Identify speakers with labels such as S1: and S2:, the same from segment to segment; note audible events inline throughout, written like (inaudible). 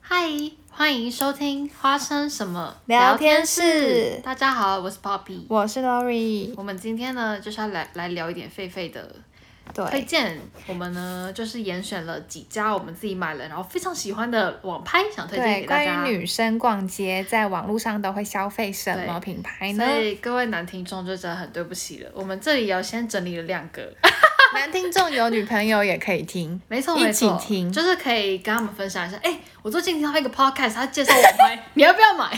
S1: 嗨，欢迎收听《花生什么
S2: 聊天室
S1: 大家好，我是 Poppy。
S2: 我是 Lori，
S1: 我们今天呢，就是要来来聊一点狒狒的推
S2: 对，
S1: 荐。我们呢，就是严选了几家我们自己买了，然后非常喜欢的网拍，想推荐
S2: 对，
S1: 给大家
S2: 关于。女生逛街在网络上都会消费什么
S1: 对
S2: 品牌呢
S1: 所？
S2: (laughs)
S1: 以各位男听众就真的很对不起了，我们这里有先整理了两个，
S2: (laughs) 男听众有女朋友也可以听，
S1: 没错
S2: 一
S1: 没
S2: 起
S1: 错，
S2: 听
S1: 就是可以跟他们分享一下。哎、我最近听到一个 podcast，他介绍网
S2: (laughs)
S1: 拍，你要不要买？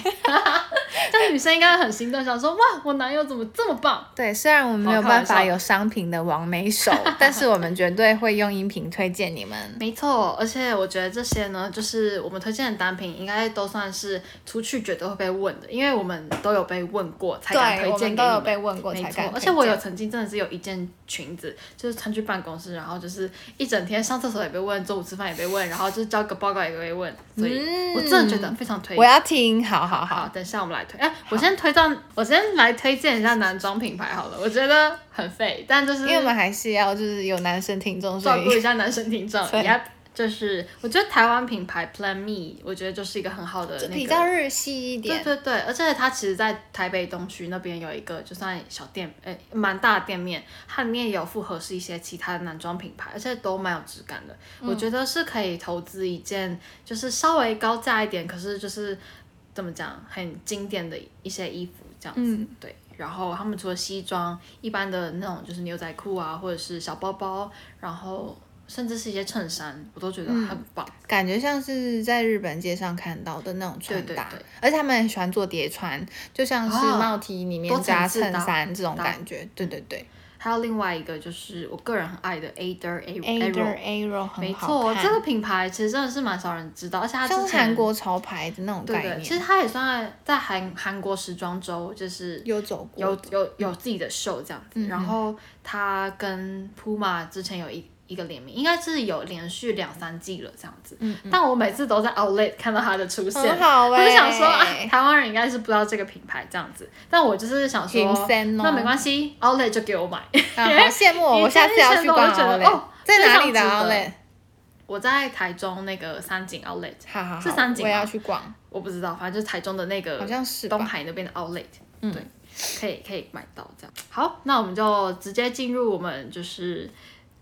S1: 这样女生应该很心动，想说哇，我男友怎么这么棒？
S2: 对，虽然我们没有
S1: 好开玩
S2: 办
S1: 笑
S2: 法有商品的王
S1: (laughs)
S2: 美手，但是我们绝对会用音频推荐你们。
S1: 没错，而且我觉得这些呢，就是我们推荐的单品，应该都算是出去绝对会被问的，因为我们都有被问过才敢推荐给你们。
S2: 问过
S1: 没错，而且我有曾经真的是有一件裙子，就是穿去办公室，然后就是一整天上厕所也被问，中午吃饭也被问，然后就是交个报告也被问，所以我真的觉得非常推荐
S2: 嗯我要听，好好
S1: 好，
S2: 好，
S1: 等一下我们来推。哎、我先推到，我先来推荐一下男装品牌好了。我觉得很废，但就是
S2: 因为我们还是要就是有男生听众，
S1: 嗯
S2: 所
S1: 照顾一
S2: 以
S1: 下男生听众。
S2: 对
S1: Yep，就是我觉得台湾品牌 Plan Me，我觉得就是一个很好的、那个、
S2: 比较日系一
S1: 对
S2: 点。
S1: 对对，而且它其实，在台北东区那边有一个就算小店，诶，蛮大的店面，它里面也有复合是一些其他的男装品牌，而且都蛮有质感的。
S2: 嗯
S1: 我觉得是可以投资一件，就是稍微高价一点，可是就是怎么讲，很经典的一些衣服这样子。
S2: 嗯
S1: 对，然后他们除了西装，一般的那种就是牛仔裤啊，或者是小包包，然后甚至是一些衬衫，我都觉得
S2: 嗯
S1: 很棒。
S2: 感觉像是在日本街上看到的那种穿
S1: 对对
S2: 搭，
S1: 对
S2: 而且他们很喜欢做叠穿，就像是
S1: 哦
S2: 帽 T 里面
S1: 多层
S2: 加
S1: 次
S2: 衬
S1: 搭
S2: 衫这种
S1: 搭
S2: 感觉。对对对
S1: 还有另外一个就是我个人很爱的 Ader
S2: ，A
S1: Arrow。
S2: r o 很
S1: 没
S2: 好
S1: 错，
S2: 看，
S1: 这个品牌其实真的是蛮少人知道，而且它之
S2: 像是
S1: 前
S2: 韩国潮牌的那种
S1: 对
S2: 概
S1: 对，
S2: 念，
S1: 其实它也算在韩韩国时装周，就是
S2: 有走过嗯
S1: 有有有自己的秀这样子。然后它跟 Puma 之前有一一个联名，应该是有连续两三季了这样子。但我每次都在 Outlet 看到它的出现，
S2: 很嗯好
S1: 我就想说啊
S2: 欸，
S1: 台湾人应该是不知道这个品牌这样子，但我就是想说
S2: 隐身哦，
S1: 那没关系，Outlet 就给我买。
S2: 啊，好羡慕哦！
S1: 以
S2: 我下次
S1: 前
S2: 要
S1: 一
S2: 去
S1: 直
S2: 逛
S1: 都觉得
S2: Outlet，、
S1: 哦
S2: 在
S1: 非
S2: 哪
S1: 常
S2: 里的
S1: 值得
S2: Outlet？
S1: 我在台中那个三井 Outlet。
S2: 好好好，
S1: 是三井
S2: 我也
S1: 吗
S2: 要去逛，
S1: 我不知道，反正就是台中的那个，
S2: 好像是吧嗯
S1: 东海那边的 Outlet，、对，可以可以买到这样。好，那我们就直接进入我们就是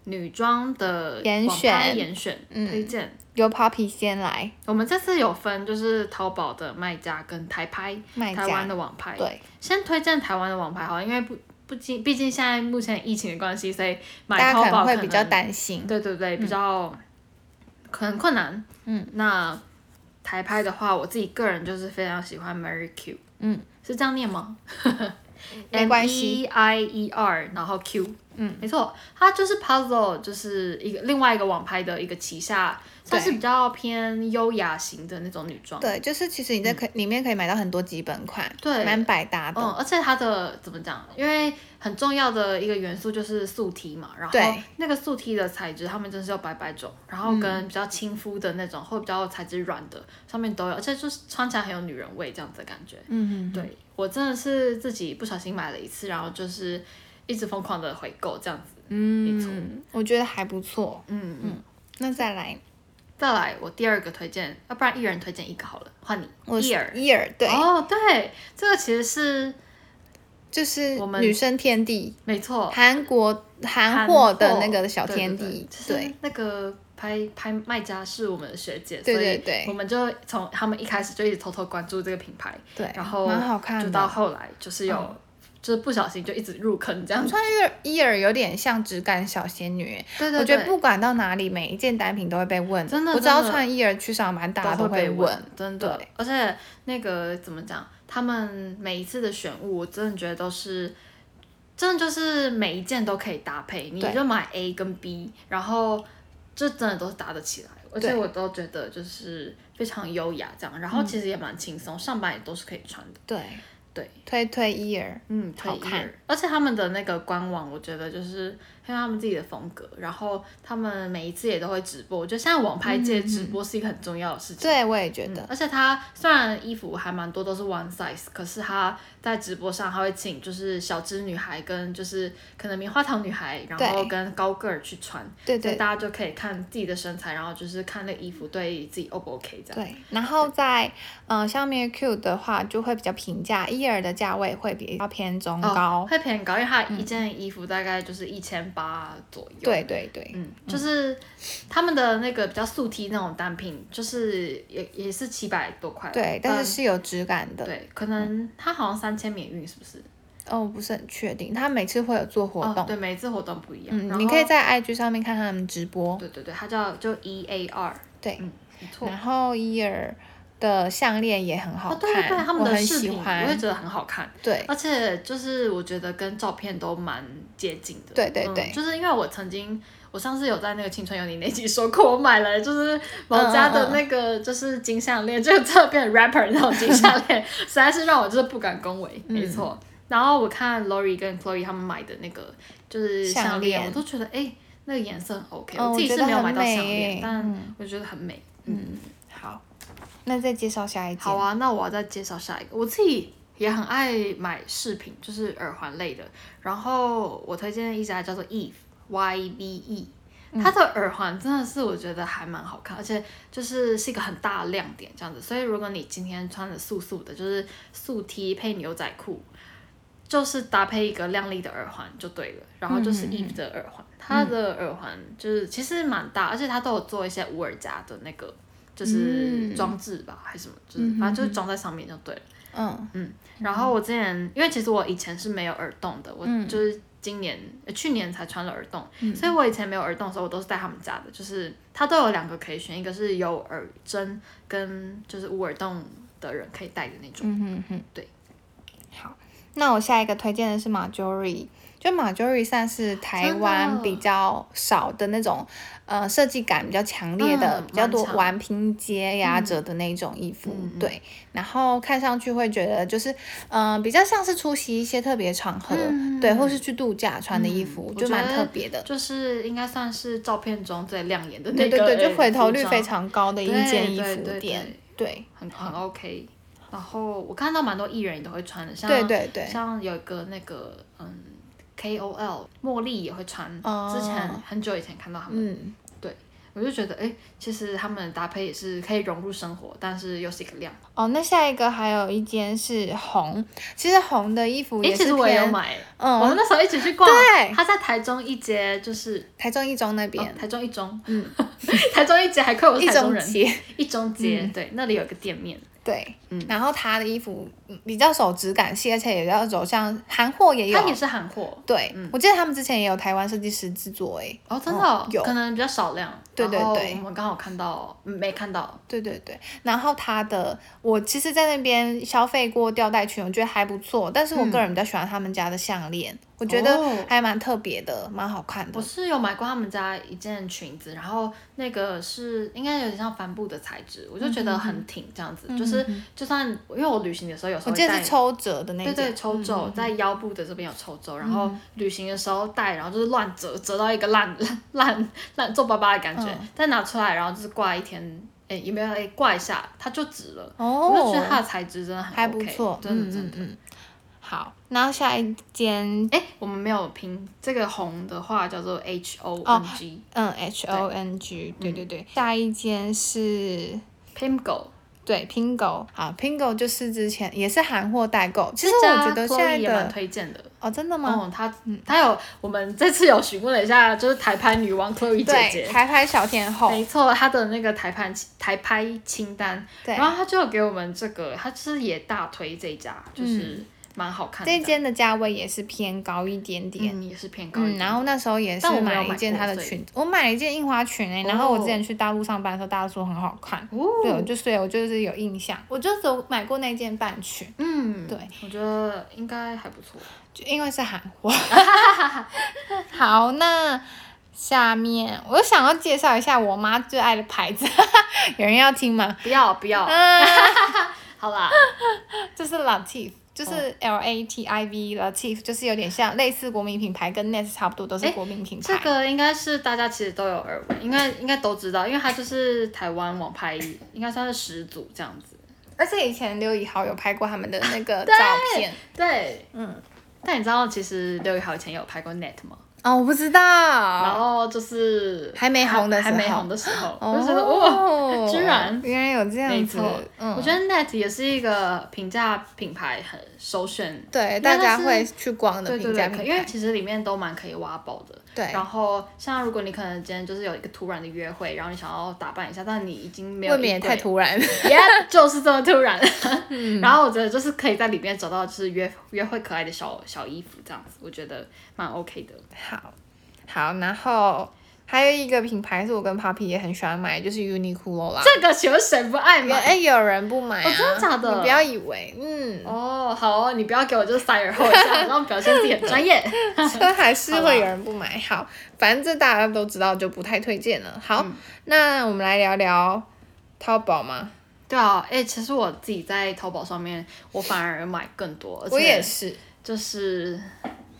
S1: 女装的
S2: 严
S1: 网拍
S2: 选嗯
S1: 严选、推荐。
S2: 由 Poppy 先来
S1: 我们这次有分就是淘宝的卖家跟台拍，
S2: 卖
S1: 台湾
S2: 家。
S1: 的网拍。
S2: 对，
S1: 先推荐台湾的网拍好了，因为不不仅毕竟现在目前疫情的关系，所以买
S2: 大家
S1: 淘
S2: 可
S1: 宝
S2: 能会比较嗯担心，
S1: 对对对，比较很困难。嗯，那台拍的话，我自己个人就是非常喜欢 Mary Q。嗯，是这样念吗？嗯
S2: 没关
S1: M E
S2: 系。
S1: I E R，然后 Q。嗯，没错，它就是 Puzzle，就是一个另外一个网拍的一个旗下，算是比较偏优雅型的那种女装。
S2: 对，就是其实你在可、里面可以买到很多基本款，
S1: 嗯对
S2: 蛮百搭的。
S1: 嗯，而且它的怎么讲？因为很重要的一个元素就是素 T 嘛，然后
S2: 对
S1: 那个素 T 的材质，他们真是有百百种，然后跟比较亲肤的那种，或比较材质软的，上面都有，而且就是穿起来很有女人味这样子的感觉。
S2: 嗯，
S1: 对我真的是自己不小心买了一次，然后就是一直疯狂的回购这样子。嗯，没错。
S2: 嗯，我觉得还不错。
S1: 嗯嗯。
S2: 那再来，
S1: 再来，我第二个推荐，要不然一人推荐一个好了，换你。
S2: 我是
S1: ear。
S2: ear，对，
S1: 哦，对，这个其实是
S2: 就是
S1: 我们
S2: 女生天地，
S1: 没错。
S2: 韩国韩
S1: 韩
S2: 货
S1: 货
S2: 的那个小天地，
S1: 对对对就是那个拍拍卖家是我们的学姐，
S2: 对对
S1: 所以
S2: 对
S1: 我们就从他们一开始就一直偷偷关注这个品牌，
S2: 对，
S1: 然后
S2: 蛮好看
S1: 就
S2: 的嗯
S1: 到。后来就是有、就是不小心就一直入坑这样子，
S2: 穿 ear ear 有点像质感小仙女，
S1: 对
S2: 我
S1: 对
S2: 觉得
S1: 对，
S2: 不管到哪里，每一件单品都会被问。
S1: 真的
S2: 我知道
S1: 真的
S2: 穿 ear 去上班，大家
S1: 都
S2: 都
S1: 被
S2: 会问。，
S1: 真的
S2: 对，
S1: 而且那个怎么讲，他们每一次的选物，我真的觉得都是。真的就是每一件都可以搭配，你
S2: 对
S1: 就买 A 跟 B，然后这真的都是搭得起来，而且
S2: 对嗯
S1: 我都觉得就是非常优雅这样，然后其实也蛮轻松，上班也都是可以穿的。
S2: 对，
S1: 对，
S2: 推推 ear，
S1: 嗯，
S2: 好
S1: 推
S2: 看
S1: ear。而且他们的那个官网，我觉得就是因为他们自己的风格，然后他们每一次也都会直播。我觉得现在网拍
S2: 嗯
S1: 界直播是一个很重要的事情。
S2: 对我也觉得，
S1: 嗯而且他虽然衣服还蛮多都是 one size，可是他在直播上他会请就是小资女孩跟就是可能棉花糖女孩，然后
S2: 对
S1: 跟高个儿去穿，
S2: 对
S1: 所
S2: 对
S1: 以大家就可以看自己的身材，然后就是看那衣服对自己 O 不 OK 这样。
S2: 对，然后在嗯上面 Q 的话就会比较平价，ear 的价位会比较偏中高，
S1: 会偏高，因为它一件衣服大概就是一千八左右。
S2: 对对对，
S1: 嗯，就是他们的那个比较素 T 那种单品，就是也也是七百多块。
S2: 对，但
S1: 嗯
S2: 是是有质感的。
S1: 对，可能它好像三千免运，是不是？
S2: 哦，我不是很确定，他每次会有做活
S1: 哦
S2: 动，，
S1: 对，每一次活动不一样。然
S2: 嗯，
S1: 后
S2: 你可以在 IG 上面看他们直播，
S1: 对对对，它叫就 E A R，
S2: 对，
S1: 嗯，不错。
S2: 然后 ear 的项链也很好
S1: 哦，对
S2: 看，
S1: 对对，他们
S2: 我
S1: 的
S2: 很
S1: 饰
S2: 喜
S1: 品我也
S2: 欢，
S1: 觉得很好看，欸
S2: 对
S1: 而且就是我觉得跟照片都蛮接近的。
S2: 对对
S1: 嗯
S2: 对
S1: 就是因为我曾经。我上次有在那个青春有你那集说过，我买了就是某家
S2: 嗯嗯
S1: 的
S2: 嗯
S1: 那个就是金项链，就这变成 rapper 那种金项 (laughs) 链，实在是让我就是不敢恭维，没错。然后我看 Lori 跟 Chloe 他们买的那个就是
S2: 项
S1: 项链，我
S2: 链
S1: 都觉得哎、那个颜色很 OK，、
S2: 嗯
S1: 我自己
S2: 我觉
S1: 是
S2: 得
S1: 没有
S2: 很
S1: 买到项
S2: 美
S1: 链
S2: 耶，
S1: 但我觉得很美。
S2: 好，那再介绍下一件，
S1: 好啊，那我要再介绍下一个。我自己也很爱买饰品，就是耳环类的。然后我推荐的一家叫做 Eve Y B E，它
S2: 嗯
S1: 的耳环真的是我觉得还蛮好看，而且就是是一个很大的亮点这样子。所以如果你今天穿的素素的，就是素 T 配牛仔裤。就是搭配一个亮丽的耳环就对了，然后就是
S2: 嗯
S1: Eve 的耳环，它的耳环就是其实蛮大，而且它都有做一些无耳夹的那个就是
S2: 嗯
S1: 装置吧，还是什么，就是反正就是装在上面就对了。
S2: 嗯，
S1: 然后我之前，因为其实我以前是没有耳洞的，我就是今年、呃去年才穿了耳洞，嗯所以我以前没有耳洞的时候，我都是戴他们家的，就是它都有两个可以选，一个是有耳针跟就是无耳洞的人可以戴的那种。
S2: 嗯那我下一个推荐的是 Marjorie。就 Marjorie 算是台
S1: 真的
S2: 湾比较少的那种，呃，设计感比较强烈的，
S1: 嗯
S2: 比较多
S1: 蛮强
S2: 玩拼接呀、折的那种衣服，
S1: 嗯嗯
S2: 对。然后看上去会觉得就是，嗯、比较像是出席一些特别场合，
S1: 嗯
S2: 对，或是去度假穿的衣服，
S1: 嗯
S2: 就
S1: 我觉
S2: 蛮
S1: 得
S2: 特别的。
S1: 就是应该算是照片中最亮眼的那
S2: 对
S1: 个呃
S2: 对
S1: 服装，
S2: 对，就回头率非常高的一
S1: 对
S2: 间衣
S1: 对
S2: 服
S1: 对
S2: 店，对
S1: 很很 OK。然后我看到蛮多艺人也都会穿的，像
S2: 对对对
S1: 像有一个那个嗯 KOL 茉莉也会穿，
S2: 哦
S1: 之前很久以前看到他们，
S2: 嗯，
S1: 我就觉得哎、诶其实他们的搭配也是可以融入生活，但是又是一个亮。
S2: 哦，那下一个还有一间是红，其实红的衣服
S1: 哎、
S2: 也
S1: 其
S2: 是
S1: 实我也有
S2: 偏
S1: 买，
S2: 嗯
S1: 我们那时候一起去逛，
S2: 对
S1: 他在台中一街就是。
S2: 台中一中那
S1: 哦
S2: 边，
S1: 台中一中，嗯， (laughs) 台中一街还亏我是
S2: 一
S1: 台中
S2: 中
S1: 人，
S2: 街，嗯
S1: 一中街，对，那里有个店面，
S2: 对，
S1: 嗯
S2: 然后他的衣服嗯比较手质感系，而且也要走向韩货也有
S1: 它，也是嗯韩货，
S2: 对，我记得他们之前也有台湾设计师制作，哎，
S1: 哦，真的哦、
S2: 嗯有
S1: 可能比较少量。
S2: 对对
S1: 然后
S2: 对
S1: 我们刚好看到，嗯没看到。
S2: 对对对，然后他的我其实，在那边消费过吊带裙，我觉得还不错，但是我个人比较喜欢他们家的项链，我觉
S1: 嗯哦
S2: 得还蛮特别的，蛮好看
S1: 我
S2: 的，
S1: 是有买过他们家一件裙子，然后那个是应该有点像帆布的材质，我就觉得很挺，这样子，就是就算因嗯为我旅行的时候有时
S2: 我
S1: 候
S2: 记
S1: 会
S2: 得
S1: 带嗯
S2: 是。抽折的那
S1: 对对，
S2: 件，
S1: 抽皱在腰部的这边有抽皱，然后旅行的时候带，然后就是乱折，折到一个烂烂烂皱巴巴的感觉，再拿出来，然后就是挂一天，哎，也没有哎挂一下，它就直了。我就觉得
S2: 哦，
S1: 它的材质真的很 OK,
S2: 还不错，
S1: 真的真的
S2: 嗯。嗯嗯，好，然后下一间，
S1: 哎、我们没有拼这个红的话叫做 H O N G、
S2: 嗯，H O N G，对对对，下一间是
S1: Pimgo。
S2: 对 Pingo，好，Pingo 就是之前也是韩货代购，其实
S1: 这
S2: 我
S1: 家
S2: 觉得现
S1: Chloe
S2: 在
S1: 也蛮
S2: 的
S1: 推荐的。
S2: 哦，真的吗？
S1: 哦，他他有我们这次有询问了一下，就是台拍女王 Chloe 姐
S2: 对，
S1: 姐，
S2: 台拍小天后，
S1: 没错，她的那个台拍台拍清单，
S2: 对
S1: 然后她就有给我们这个，她就是也大推这一家，就是蛮好看的，
S2: 嗯这间的价位也是偏高一点点。
S1: 嗯也是偏高一
S2: 嗯，
S1: 点，
S2: 然后那时候也是
S1: 但我没有
S2: 买了一件
S1: 买
S2: 她
S1: 过
S2: 的
S1: 所以
S2: 裙子，我买了一件印花裙哎、然后我之
S1: 哦
S2: 前去大陆上班的时候，大家说很好看，
S1: 哦，
S2: 对，我就所以我就是有印象，我就只有买过那件半裙，
S1: 嗯，
S2: 对，
S1: 我觉得应该还不错。
S2: 就因为是韩货。好，那下面我想要介绍一下我妈最爱的牌子， (laughs) 有人要听吗？
S1: 不要不要，
S2: 啊，
S1: (laughs) 好啦，
S2: 就是 Latif，就是 L A T I V Latif，就是有点像类似国民品牌，跟 Nest 差不多，都是国民品牌。
S1: 这个应该是大家其实都有耳闻，应该应该都知道，因为它就是台湾网拍，应该算是始祖这样子。
S2: 而且以前刘以豪有拍过他们的那个照片。
S1: 对，嗯。但你知道其实刘以豪以前有拍过 Net 吗？
S2: 哦，我不知
S1: 然
S2: 道，
S1: 后就是
S2: 还没红的时
S1: 还
S2: 候
S1: 没红的时候，
S2: 哦
S1: 我就觉得哇，居然
S2: 原来有这
S1: 没
S2: 样子
S1: 错，，
S2: 嗯
S1: 我，觉得 Net 也是一个评价品牌很首选，
S2: 对，
S1: 因为
S2: 大
S1: 它
S2: 家
S1: 是
S2: 会去逛的
S1: 对对
S2: 评
S1: 对，
S2: 价品
S1: 可
S2: 牌，
S1: 因为其实里面都蛮可以挖宝的。
S2: 对
S1: 然后像如果你可能今天就是有一个突然的约会，然后你想要打扮一下，但你已经没有
S2: 未免
S1: (laughs)
S2: 也太突然。
S1: 然，yeah, 就是这么突
S2: (laughs)
S1: 然。嗯然后我觉得就是可以在里面找到就是约约会可爱的小小衣服这样子，我觉得蛮 OK 的。
S2: 好，好，然后还有一个品牌是我跟 Papi 也很喜欢买，就是 Uniqlo 啦。
S1: 这个请问谁不爱
S2: 有
S1: 买？
S2: 哎、有人不买、啊
S1: 哦真的假的
S2: 你不要以为，
S1: (laughs)
S2: 嗯，
S1: 哦，好哦，你不要给我就是塞耳后一下，然后表现自己很专业。
S2: 这还是会有人不买。好，反正这大家都知道，就不太推荐了。好，
S1: 嗯
S2: 那我们来聊聊淘宝嘛。
S1: (laughs) 对啊，哎、其实我自己在淘宝上面，我反而买更多，而且
S2: 我也是
S1: 就是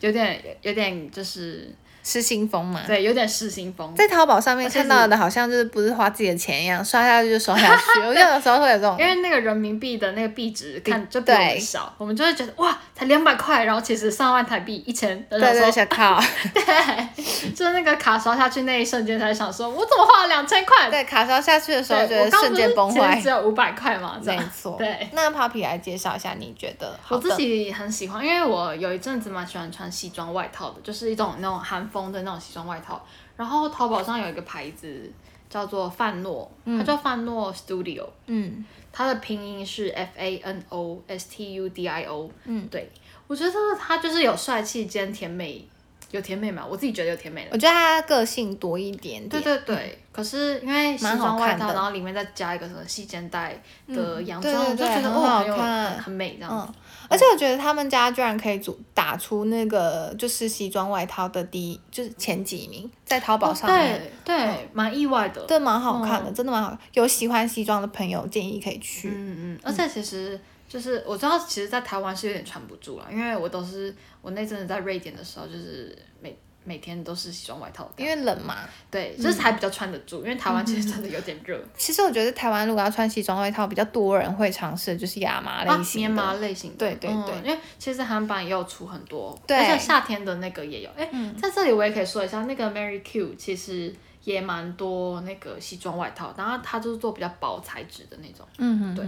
S1: 有点有点就是
S2: 失心疯嘛，
S1: 对，有点失心疯。
S2: 在淘宝上面
S1: 而且
S2: 看到的，好像就是不是花自己的钱一样，刷下去就刷下去。我就有时候会有这
S1: (laughs)
S2: 种
S1: 因为那个人民币的那个币值看就比
S2: 对
S1: 我们少，我们就会觉得哇，才两百块，然后其实上万台币一千，然
S2: 对
S1: 后
S2: 对
S1: 说 (laughs)
S2: 小靠，
S1: 对，就是那个卡刷下去那一瞬间才想说，我怎么花了两千块？
S2: 对卡刷下去的时
S1: 对，
S2: 候，
S1: 我
S2: 觉得
S1: 刚不
S2: 瞬间
S1: 是
S2: 崩
S1: 其实
S2: 坏
S1: 只。有五百块嘛，这
S2: 没
S1: 样
S2: 错，
S1: 对。
S2: 那 Papi 来介绍一下，你觉得好
S1: 我
S2: 的
S1: 自己很喜欢，因为我有一阵子蛮喜欢穿西装外套的，就是一种那种韩风的那种西装外套。然后淘宝上有一个牌子叫做范诺，它叫范诺 Studio，
S2: 嗯，
S1: 它的拼音是 F A N O S T U D I O。嗯，对，我觉得它就是有帅气兼甜美，有甜美嘛，我自己觉得有甜美的。
S2: 我觉得他个性多一点点，
S1: 对对对，可是因为西
S2: 蛮好
S1: 装外
S2: 看
S1: 套，
S2: 的
S1: 然后里面再加一个什么细肩带的洋
S2: 对
S1: 装，
S2: 对
S1: 我就
S2: 对
S1: 觉得
S2: 很
S1: 哦，
S2: 好
S1: 很有
S2: 看
S1: 很很美这样子。
S2: 而且我觉得他们家居然可以组打出那个就是西装外套的第一，就是前几名，在淘宝上面，
S1: 哦对对，嗯蛮意外的。
S2: 这蛮好看的，真的蛮好看。有喜欢西装的朋友，建议可以去。
S1: 嗯嗯，而且其实就是我知道，其实，在台湾是有点穿不住了，因为我都是我那阵子在瑞典的时候，就是每每天都是西装外套
S2: 因
S1: 的，
S2: 为冷嘛，
S1: 对，就是还比较穿得住，因为台湾其实真的有点热。
S2: 其实我觉得台湾如果要穿西装外套，比较多人会尝试就是亚麻
S1: 啊
S2: 类，型
S1: 棉
S2: 的，
S1: 麻类型的，
S2: 对对
S1: 嗯
S2: 对
S1: 因为其实韩版也有出很多，
S2: 对
S1: 而且夏天的那个也有。哎，在这里我也可以说一下，那个 Mary Q 其实也蛮多那个西装外套，然后它就是做比较薄材质的那种。
S2: 嗯哼，
S1: 对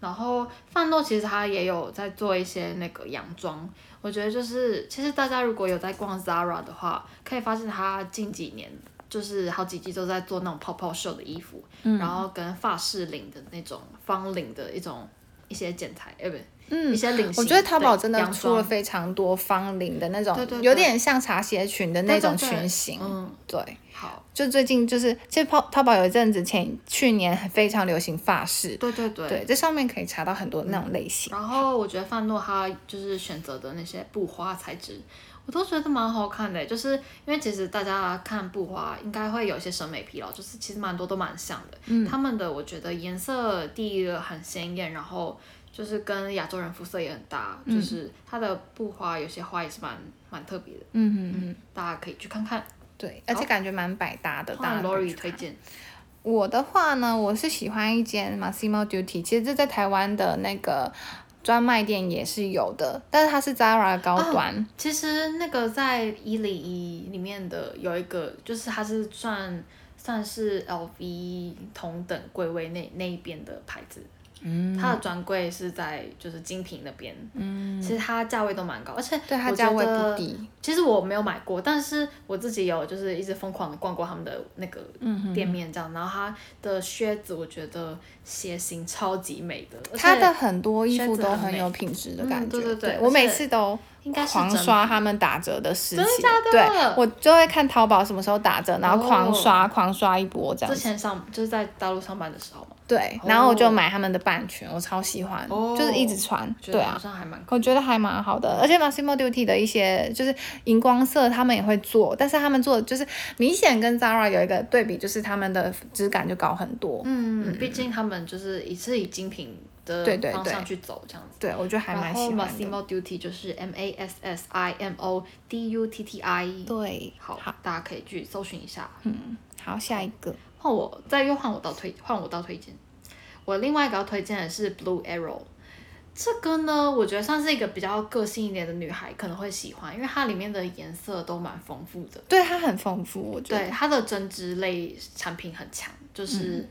S1: 然后范豆其实它也有在做一些那个洋装，我觉得就是其实大家如果有在逛 Zara 的话，可以发现它近几年就是好几季都在做那种泡泡袖的衣服，
S2: 嗯
S1: 然后跟发饰领的那种方领的一种一些剪裁，哎、不对，一
S2: 嗯。
S1: 些领型。
S2: 我觉得
S1: 对
S2: 淘宝真的
S1: 洋
S2: 出了
S1: 装，
S2: 非常多方领的那种，
S1: 对对对
S2: 有点像茶鞋裙的那种
S1: 对对对
S2: 裙型。
S1: 嗯，
S2: 对，
S1: 好，
S2: 就最近就是，其实淘淘宝有一阵子前去年还非常流行发饰，
S1: 对对对。
S2: 对，这上面可以查到很多那种类型。
S1: 然后我觉得范诺他就是选择的那些布花材质，我都觉得蛮好看的，欸就是因为其实大家看布花应该会有一些审美疲劳，就是其实蛮多都蛮像的。
S2: 嗯
S1: 他们的我觉得颜色第一个很鲜艳，然后就是跟亚洲人肤色也很搭，
S2: 嗯
S1: 就是它的布花有些花也是蛮蛮特别的，
S2: 嗯嗯，
S1: 嗯，大家可以去看看。
S2: 对，而且感觉蛮百搭的。当
S1: 当然
S2: 然可以
S1: Lori
S2: 去
S1: 推荐，
S2: 我的话呢，我是喜欢一间 Massimo Duty，其实这在台湾的那个专卖店也是有的，但是它是 Zara 高端。
S1: 其实那个在一零一里面的有一个，就是它是算算是 LV 同等柜位那那一边的牌子，嗯，它的专柜是在就是精品那边，嗯，其实它价位都蛮高，而且
S2: 对它
S1: 我
S2: 价位
S1: 觉得
S2: 不低，
S1: 其实我没有买过，但是我自己有就是一直疯狂的逛过他们的那个
S2: 嗯
S1: 店面这样，然后它的靴子我觉得鞋型超级美的，而且
S2: 它的很多衣
S1: 靴
S2: 服
S1: 子
S2: 都
S1: 很
S2: 很
S1: 美
S2: 有品质的
S1: 嗯
S2: 感觉。
S1: 对对对
S2: 我
S1: 而
S2: 每
S1: 且
S2: 次都
S1: 应该是
S2: 狂
S1: 整
S2: 刷他们打折的事情。
S1: 真的假的
S2: 对，我就会看淘宝什么时候打折，然后狂
S1: 哦
S2: 刷、狂刷一波这样
S1: 之
S2: 子。
S1: 前上就是在大陆上班的时候嘛。
S2: 对，然后我就买他们的半裙，我超喜欢，就是一直穿。
S1: 觉
S2: 对
S1: 得
S2: 啊
S1: 好，像还蛮
S2: 我觉得还蛮好的，而且 Massimo Duty 的一些就是荧光色，他们也会做，但是他们做的就是明显跟 Zara 有一个对比，就是他们的质感就高很多。
S1: 嗯，毕竟他们就是也是以精品的
S2: 嗯对对
S1: 方
S2: 对
S1: 向去走，这样子。
S2: 对我觉得还蛮
S1: 然
S2: 喜
S1: 后
S2: 欢的。
S1: Massimo Dutti 就是 M A S S I M O D U T T I，
S2: 对，
S1: 好
S2: 好，，
S1: 大家可以去搜寻一下。
S2: 嗯，好，下一个，
S1: 换我，再又换我到推，换我到推荐。我另外一个要推荐的是 Blue Arrow，这个呢，我觉得算是一个比较个性一点的女孩可能会喜欢，因为它里面的颜色都蛮丰富的。
S2: 对它很丰富，我觉得。
S1: 对，它的针织类产品很强，就是，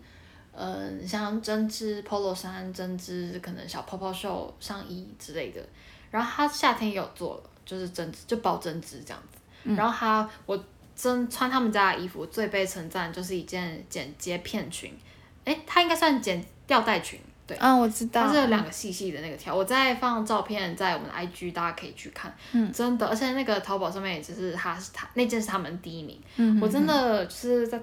S1: 嗯、像针织 polo 衫、针织可能小泡泡袖、上衣之类的。然后它夏天也有做了，就是针织就包针织这样子。
S2: 嗯
S1: 然后它我真穿他们家的衣服最被称赞就是一件简洁片裙，诶，它应该算简吊带裙，对。
S2: 啊，我知道
S1: 它是。有两个细细的那个条，我再放照片在我们的 IG，大家可以去看。
S2: 嗯
S1: 真的，而且那个淘宝上面也只是它是它那件是他们第一名。
S2: 嗯
S1: 我真的就是在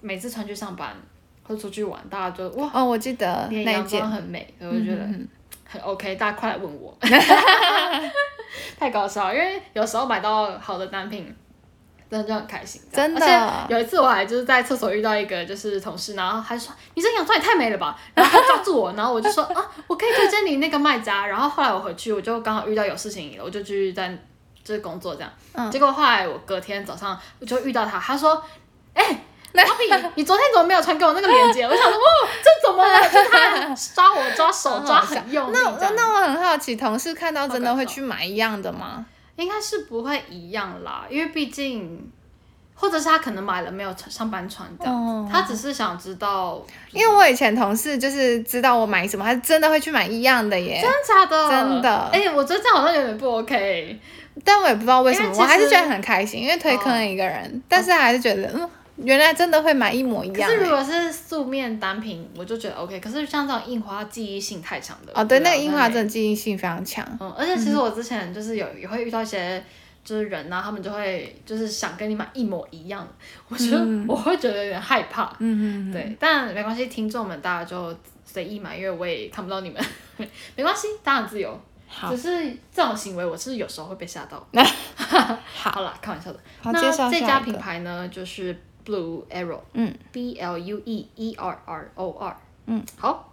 S1: 每次穿去上班或者出去玩，大家就哇，
S2: 哦，我记得
S1: 你的
S2: 那一
S1: 阳
S2: 件嗯
S1: 光，很美，所以我就觉得很 OK，大家快来问
S2: (laughs)
S1: 我，太搞笑了，因为有时候买到好的单品。真的就很开心，这样
S2: 真的
S1: 而且有一次我还就是在厕所遇到一个就是同事，然后他就说：“你这洋装也太美了吧！” (laughs) 然后他抓住我，然后我
S2: (laughs)
S1: 就说：“啊，我可以推荐你那个卖家。”然后后来我回去，我就刚好遇到有事情了，我就继续在就是工作这样。
S2: 嗯
S1: 结果后来我隔天早上我就遇到他，他说：“
S2: (laughs)
S1: 哎、欸，比，你昨天怎么没有传给我那个链接？”我想说：“哦，
S2: (laughs)
S1: 这怎么了？”就是他抓我抓手抓很用力
S2: 那
S1: 这
S2: (laughs)
S1: 样。
S2: 那那我很好奇，同事看到真的
S1: 好搞
S2: 会
S1: 笑
S2: 去买一样的吗？
S1: 应该是不会一样啦，因为毕竟，或者是他可能买了没有穿上班穿这样子
S2: 哦
S1: 他只是想知道
S2: 因为我以前同事就是知道我买什么，他真的会去买一样的
S1: (laughs)
S2: 耶
S1: 真。的假的，
S2: 真的
S1: 哎、我觉得这样好像有点不 OK，
S2: 但我也不知道为什
S1: 因
S2: 么，
S1: 为其
S2: 我
S1: 实哦
S2: 还是觉得很开心，因为推坑了一个人，但是还是觉得，嗯，原来真的会买一模一
S1: 可
S2: 样欸
S1: 是如
S2: 耶。
S1: 果是素面单品，我就觉得 OK，可是像这种印花记忆性太强的，
S2: 哦，对，
S1: 啊
S2: 那个樱花
S1: 没
S2: 真的记忆性非常强。
S1: 嗯，而且其实我之前就是有也会遇到一些就是人呐、啊，他们就会就是想跟你买一模一样，我觉得、我会觉得有点害怕。
S2: 嗯嗯，
S1: 对，但没关系，听众们大家就随意买，因为我也看 (laughs) 不到你们，没关系，大家自由。
S2: 好
S1: 只是这种行为，我是有时候会被吓到。
S2: (laughs)
S1: (laughs) 好啦，开玩笑的。
S2: 好，介绍
S1: 那这
S2: 下
S1: 家
S2: 一
S1: 品
S2: 个。
S1: 牌呢，就是 Blue Arrow，
S2: 嗯
S1: ，B L U E E R R O R，
S2: 嗯，
S1: 好，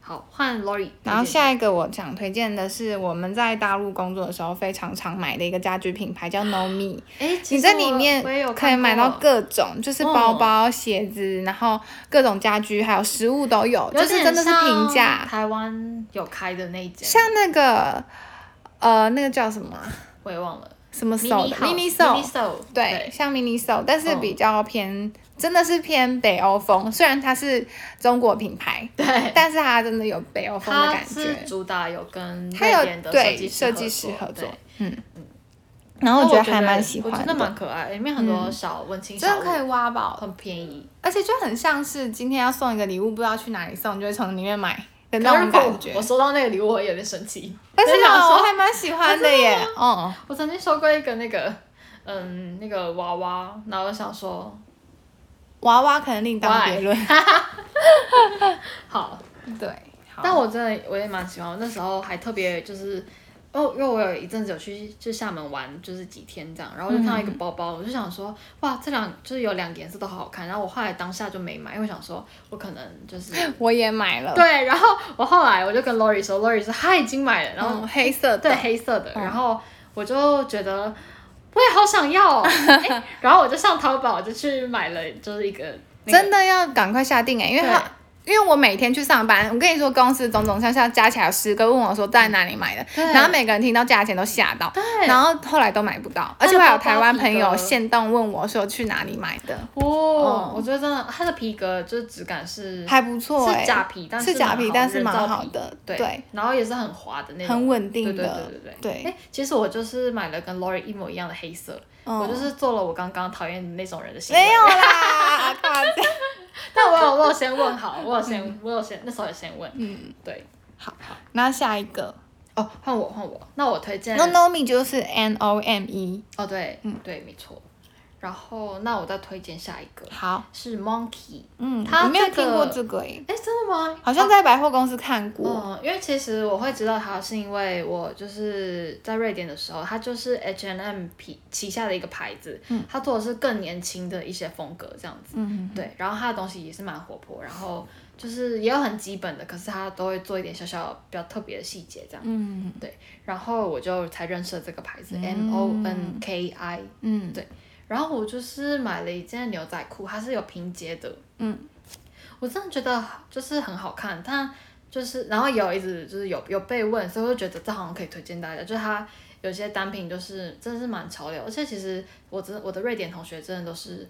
S1: 好，换 Lori，
S2: 然后下一个我想推荐的是我们在大陆工作的时候非常常买的一个家居品牌叫 No Me，
S1: 哎，其实
S2: 你在里
S1: 我
S2: 面
S1: 我也有
S2: 可以
S1: 看
S2: 买到
S1: 过嗯
S2: 各种，就是包包、鞋子，然后各种家居，还有食物都有，就是真的是平价。
S1: 台湾有开的那一间，
S2: 像那个，呃，那个叫什么啊
S1: 我也忘了。
S2: 什么手的
S1: mini
S2: so，
S1: 手，
S2: 对，像 mini so，但是
S1: 嗯
S2: 比较偏，真的是偏北欧风。虽然它是中国品牌，
S1: 对，
S2: 但是它真的有北欧风的
S1: 它
S2: 感
S1: 是
S2: 觉。
S1: 主打有跟
S2: 它
S1: 瑞典
S2: 有
S1: 的
S2: 对
S1: 设
S2: 计
S1: 计
S2: 师合作
S1: 对，
S2: 嗯，然后
S1: 那
S2: 我
S1: 我
S2: 觉得还蛮喜
S1: 我
S2: 欢嗯
S1: 觉得蛮可爱，里面很多小文青小
S2: 真的
S1: 物，
S2: 可以挖宝。
S1: 很便宜。
S2: 而且就很像是今天要送一个礼物，不知道去哪里送，就会从里面买的
S1: 可
S2: 那
S1: 是
S2: 种
S1: 如果
S2: 感觉
S1: 我。收到那个礼物，我会有点生气。
S2: 但是
S1: 我想
S2: 呢，
S1: 说
S2: 我还蛮喜欢的耶。哦，
S1: 我曾经收过一个那个，嗯，那个娃娃，然后我想说，
S2: 娃娃可能另当别论。
S1: 好，
S2: 对，好
S1: 但我真的我也蛮喜欢，我那时候还特别就是。哦，因为我有一阵子有去就厦门玩，就是几天这样，然后我就看到
S2: 嗯
S1: 一个包包，我就想说，哇，这两就是有两个颜色都好好看，然后我后来当下就没买，因为我想说，我可能
S2: (laughs)
S1: 就是
S2: 我也买了，
S1: 对，然后我后来我就跟 Lori 说，Lori 说她已经买了，然后、
S2: 嗯，黑色
S1: 对
S2: 的，
S1: 黑色的，
S2: 嗯
S1: 然后我就觉得我也好想要
S2: (laughs)
S1: 哦，诶然后我就上淘宝就去买了，就是一个、那个、
S2: 真的要赶快下定哎，因为它。因为我每天去上班，我跟你说，公司种种项项加起来有十个问我说在哪里买的，
S1: 对
S2: 然后每个人听到价钱都吓到，
S1: 对，
S2: 然后后来都买不到，而且
S1: 它
S2: 我
S1: 的
S2: 还有
S1: 包
S2: 台
S1: 包
S2: 湾
S1: 皮
S2: 朋友
S1: 革
S2: 现动问我说去哪里买的，
S1: 哦
S2: 嗯，
S1: 我觉得真的它的皮革就是质感是
S2: 还不错哎，
S1: 是假皮，但
S2: 是假皮，但是蛮
S1: 人造
S2: 好
S1: 皮，
S2: 的，
S1: 对，然后也是很滑的那种，
S2: 很稳定
S1: 对
S2: 的
S1: 对，对对对。
S2: 对
S1: 哎，其实我就是买了跟 Lori 一模一样的黑色，我就
S2: 嗯，
S1: 是做了我刚刚讨厌的那种人的行为。
S2: 没
S1: (laughs)
S2: 有啦，夸张。
S1: 但我有我有先问好，我有先、我有先那时候有先问，
S2: 嗯，
S1: 对，
S2: 好，那下一个
S1: 哦，换我换我，那我推荐
S2: ，Nonomi 就是 N O M E，
S1: 哦对，
S2: 嗯
S1: 对，没错。然后那我再推荐下一个
S2: 好，
S1: 是 Monkey，
S2: 嗯，
S1: 它
S2: 我没有
S1: 这个
S2: 听过这个诶，
S1: 哎，真的吗？
S2: 好像在百货公司看过，
S1: 嗯，因为其实我会知道它，是因为我就是在瑞典的时候，它就是 H and M 皮旗下的一个牌子，它做的是更年轻的一些风格这样子，
S2: 嗯，
S1: 对，然后它的东西也是蛮活泼，然后就是也有很基本的，可是他都会做一点小小比较特别的细节这样。
S2: 嗯
S1: 然后我就才认识了这个牌子、M O N K I，
S2: 嗯
S1: 然后我就是买了一件牛仔裤，它是有拼接的，
S2: 嗯，
S1: 我真的觉得就是很好看，但就是然后也有一直就是有有被问，所以我就觉得这好像可以推荐大家，就是它有些单品就是真的是蛮潮流，而且其实我真我的瑞典同学真的都是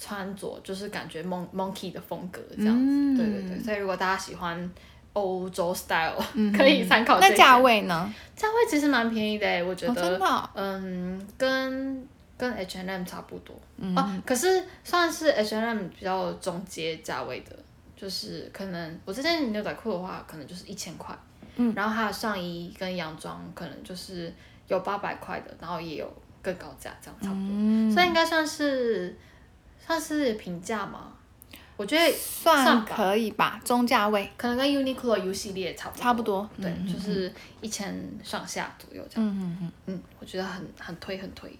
S1: 穿着就是感觉 mon monkey 的风格这样子，
S2: 嗯嗯
S1: 对对对，所以如果大家喜欢欧洲 style，、可以参考这
S2: 那
S1: 一
S2: 价
S1: 件
S2: 位呢？
S1: 价位其实蛮便宜的欸，我觉
S2: 哦
S1: 得，
S2: 真的哦
S1: 嗯，跟跟 H and M 差不多，嗯、哦，可是算是 H and M 比较中阶价位的，就是可能我这件牛仔裤的话，可能就是一千块，嗯，然后它的上衣跟洋装可能就是有八百块的，然后也有更高价，这样差不多，所以应该算是算是平价嘛，我觉得
S2: 算
S1: 算吧
S2: 可以吧，中价位
S1: 可能跟 Uniqlo U 系列差不多，嗯
S2: 差不多嗯
S1: 对，就是一千上下左右这样。嗯嗯嗯我觉得很很推很推。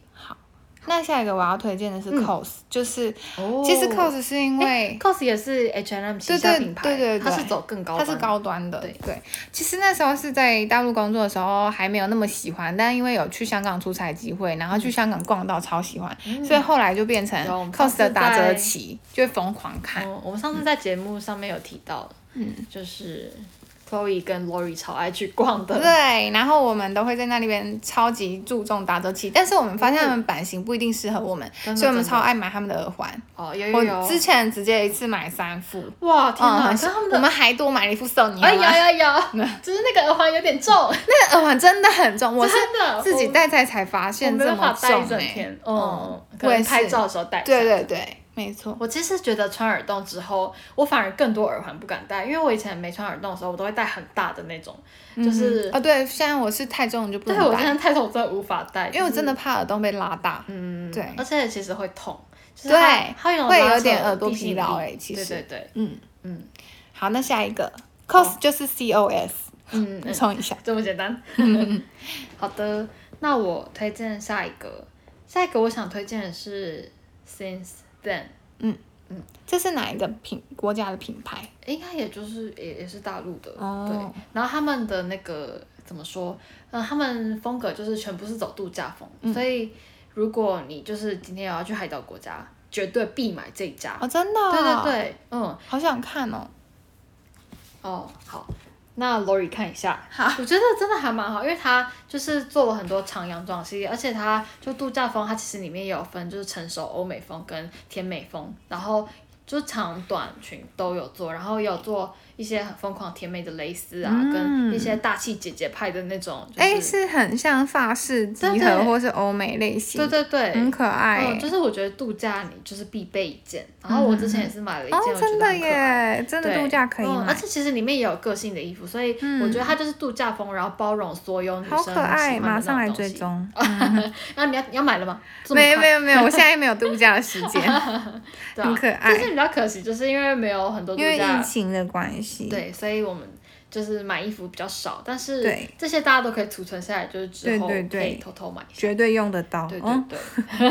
S2: 那下一个我要推荐的是 COS，、就是、
S1: 嗯哦
S2: 其实 COS 是因为
S1: COS 也是 H&M 旗
S2: 对
S1: 下
S2: 对
S1: 品牌，
S2: 对对对
S1: 它是走更高
S2: 它
S1: 端，
S2: 是高端的，
S1: 对
S2: 对。其实那时候是在大陆工作的时候还没有那么喜欢，但因为有去香港出差机会，然后去香港逛到超喜欢，所以后来就变成
S1: 嗯有我们上
S2: COS
S1: 次
S2: 的打折
S1: 在
S2: 期，就会疯狂看。
S1: 哦。我们上次在节目上面有提到，嗯，就是 Chloe 跟 Lori 超爱去逛的，
S2: 对，然后我们都会在那里边超级注重打折期，但是我们发现他们版型不一定适合我们，
S1: 真的
S2: 所以我
S1: 真
S2: 们
S1: 的
S2: 超爱买他们的耳环。
S1: 哦，有有
S2: 我之
S1: 有，
S2: 前直接一次买三副，
S1: 哇，天哪，
S2: 嗯，
S1: 跟他们
S2: 我
S1: 的。
S2: 们还多买了一副送你。
S1: 哎
S2: 好吗 (laughs)
S1: 有有有，只是那个耳环有点重，
S2: 那个耳环真的很重，我
S1: (laughs)
S2: 是
S1: 真的
S2: 自己
S1: 我
S2: 戴在才发
S1: 我
S2: 现
S1: 没
S2: 这
S1: 办
S2: 么
S1: 法
S2: 重、
S1: 戴一
S2: 欸。
S1: 整天。嗯，可
S2: 我也
S1: 能
S2: 是
S1: 拍照的时候戴。
S2: 对对对，没错。
S1: 我其实觉得穿耳洞之后，我反而更多耳环不敢戴，因为我以前没穿耳洞的时候，我都会戴很大的那种，就是、
S2: 嗯哦，对，现在我是太重就不
S1: 对
S2: 能
S1: 我
S2: 戴
S1: 现，在太重，我真的无法戴，
S2: 因为我真
S1: 的，
S2: 的怕耳洞被拉大。嗯，对，
S1: 而且其实会痛，就是它
S2: 对，
S1: 它有
S2: 会
S1: 拉
S2: 有
S1: 扯
S2: 点耳朵
S1: 地心
S2: 疲劳
S1: 力
S2: 哎、其实。
S1: 对对对，
S2: 嗯
S1: 嗯
S2: 好，那下一个 cos 就是 C O S，
S1: 嗯，
S2: 补充一下。
S1: (laughs) 这么简单。
S2: 嗯
S1: (laughs) 好的，那我推荐下一个，下一个我想推荐的是 Since Then，
S2: 这是哪一个品国家的品牌？
S1: 应该也就是也也是大陆的，
S2: 哦
S1: 对。然后他们的那个怎么说？嗯、他们风格就是全部是走度假风，
S2: 嗯
S1: 所以如果你就是今天要去海岛国家，绝对必买这一家。
S2: 哦，真的、哦，
S1: 对对，对，嗯，
S2: 好想看哦。
S1: 哦，好。那 Lori 看一下，我觉得真的还蛮好，因为它就是做了很多长洋装系列，而且它就度假风，它其实里面也有分，就是成熟欧美风跟甜美风，然后就是长短裙都有做，然后也有做一些很疯狂甜美的蕾丝啊，跟一些大气姐姐派的那种，就是、
S2: 嗯哎、是很像法式集
S1: 对
S2: 合
S1: 对
S2: 或是欧美类型，
S1: 对对对，
S2: 很可爱、欸
S1: 嗯，就是我觉得度假你就是必备一件，然后我之前也是买了一件，
S2: 哦，
S1: 我觉得
S2: 真的
S1: 很可爱。
S2: 耶，真的
S1: 对
S2: 度假可以
S1: 嗯而
S2: 买，
S1: 且其实里面也有个性的衣服，所以我觉得它就是度假风，然后包容所有女生
S2: 好可爱，
S1: 喜欢的
S2: 马上
S1: 那
S2: 来
S1: 种东
S2: 追
S1: 西。
S2: 踪。
S1: 然后你要你要买了吗？这么
S2: 没
S1: 快
S2: 没有没有，我现在没有度假的时 (laughs) 间，
S1: 对
S2: 很
S1: 啊，
S2: 可
S1: 这
S2: 爱，
S1: 是比较可惜，就是因为没有很多度
S2: 因为疫
S1: 假，
S2: 情的关系。
S1: 对，所以我们就是买衣服比较少，但是
S2: 对
S1: 这些大家都可以储存下来，就是之后
S2: 对对
S1: 可
S2: 对
S1: 以偷偷买一下。
S2: 绝对用得到，
S1: 对对
S2: 嗯，
S1: 对，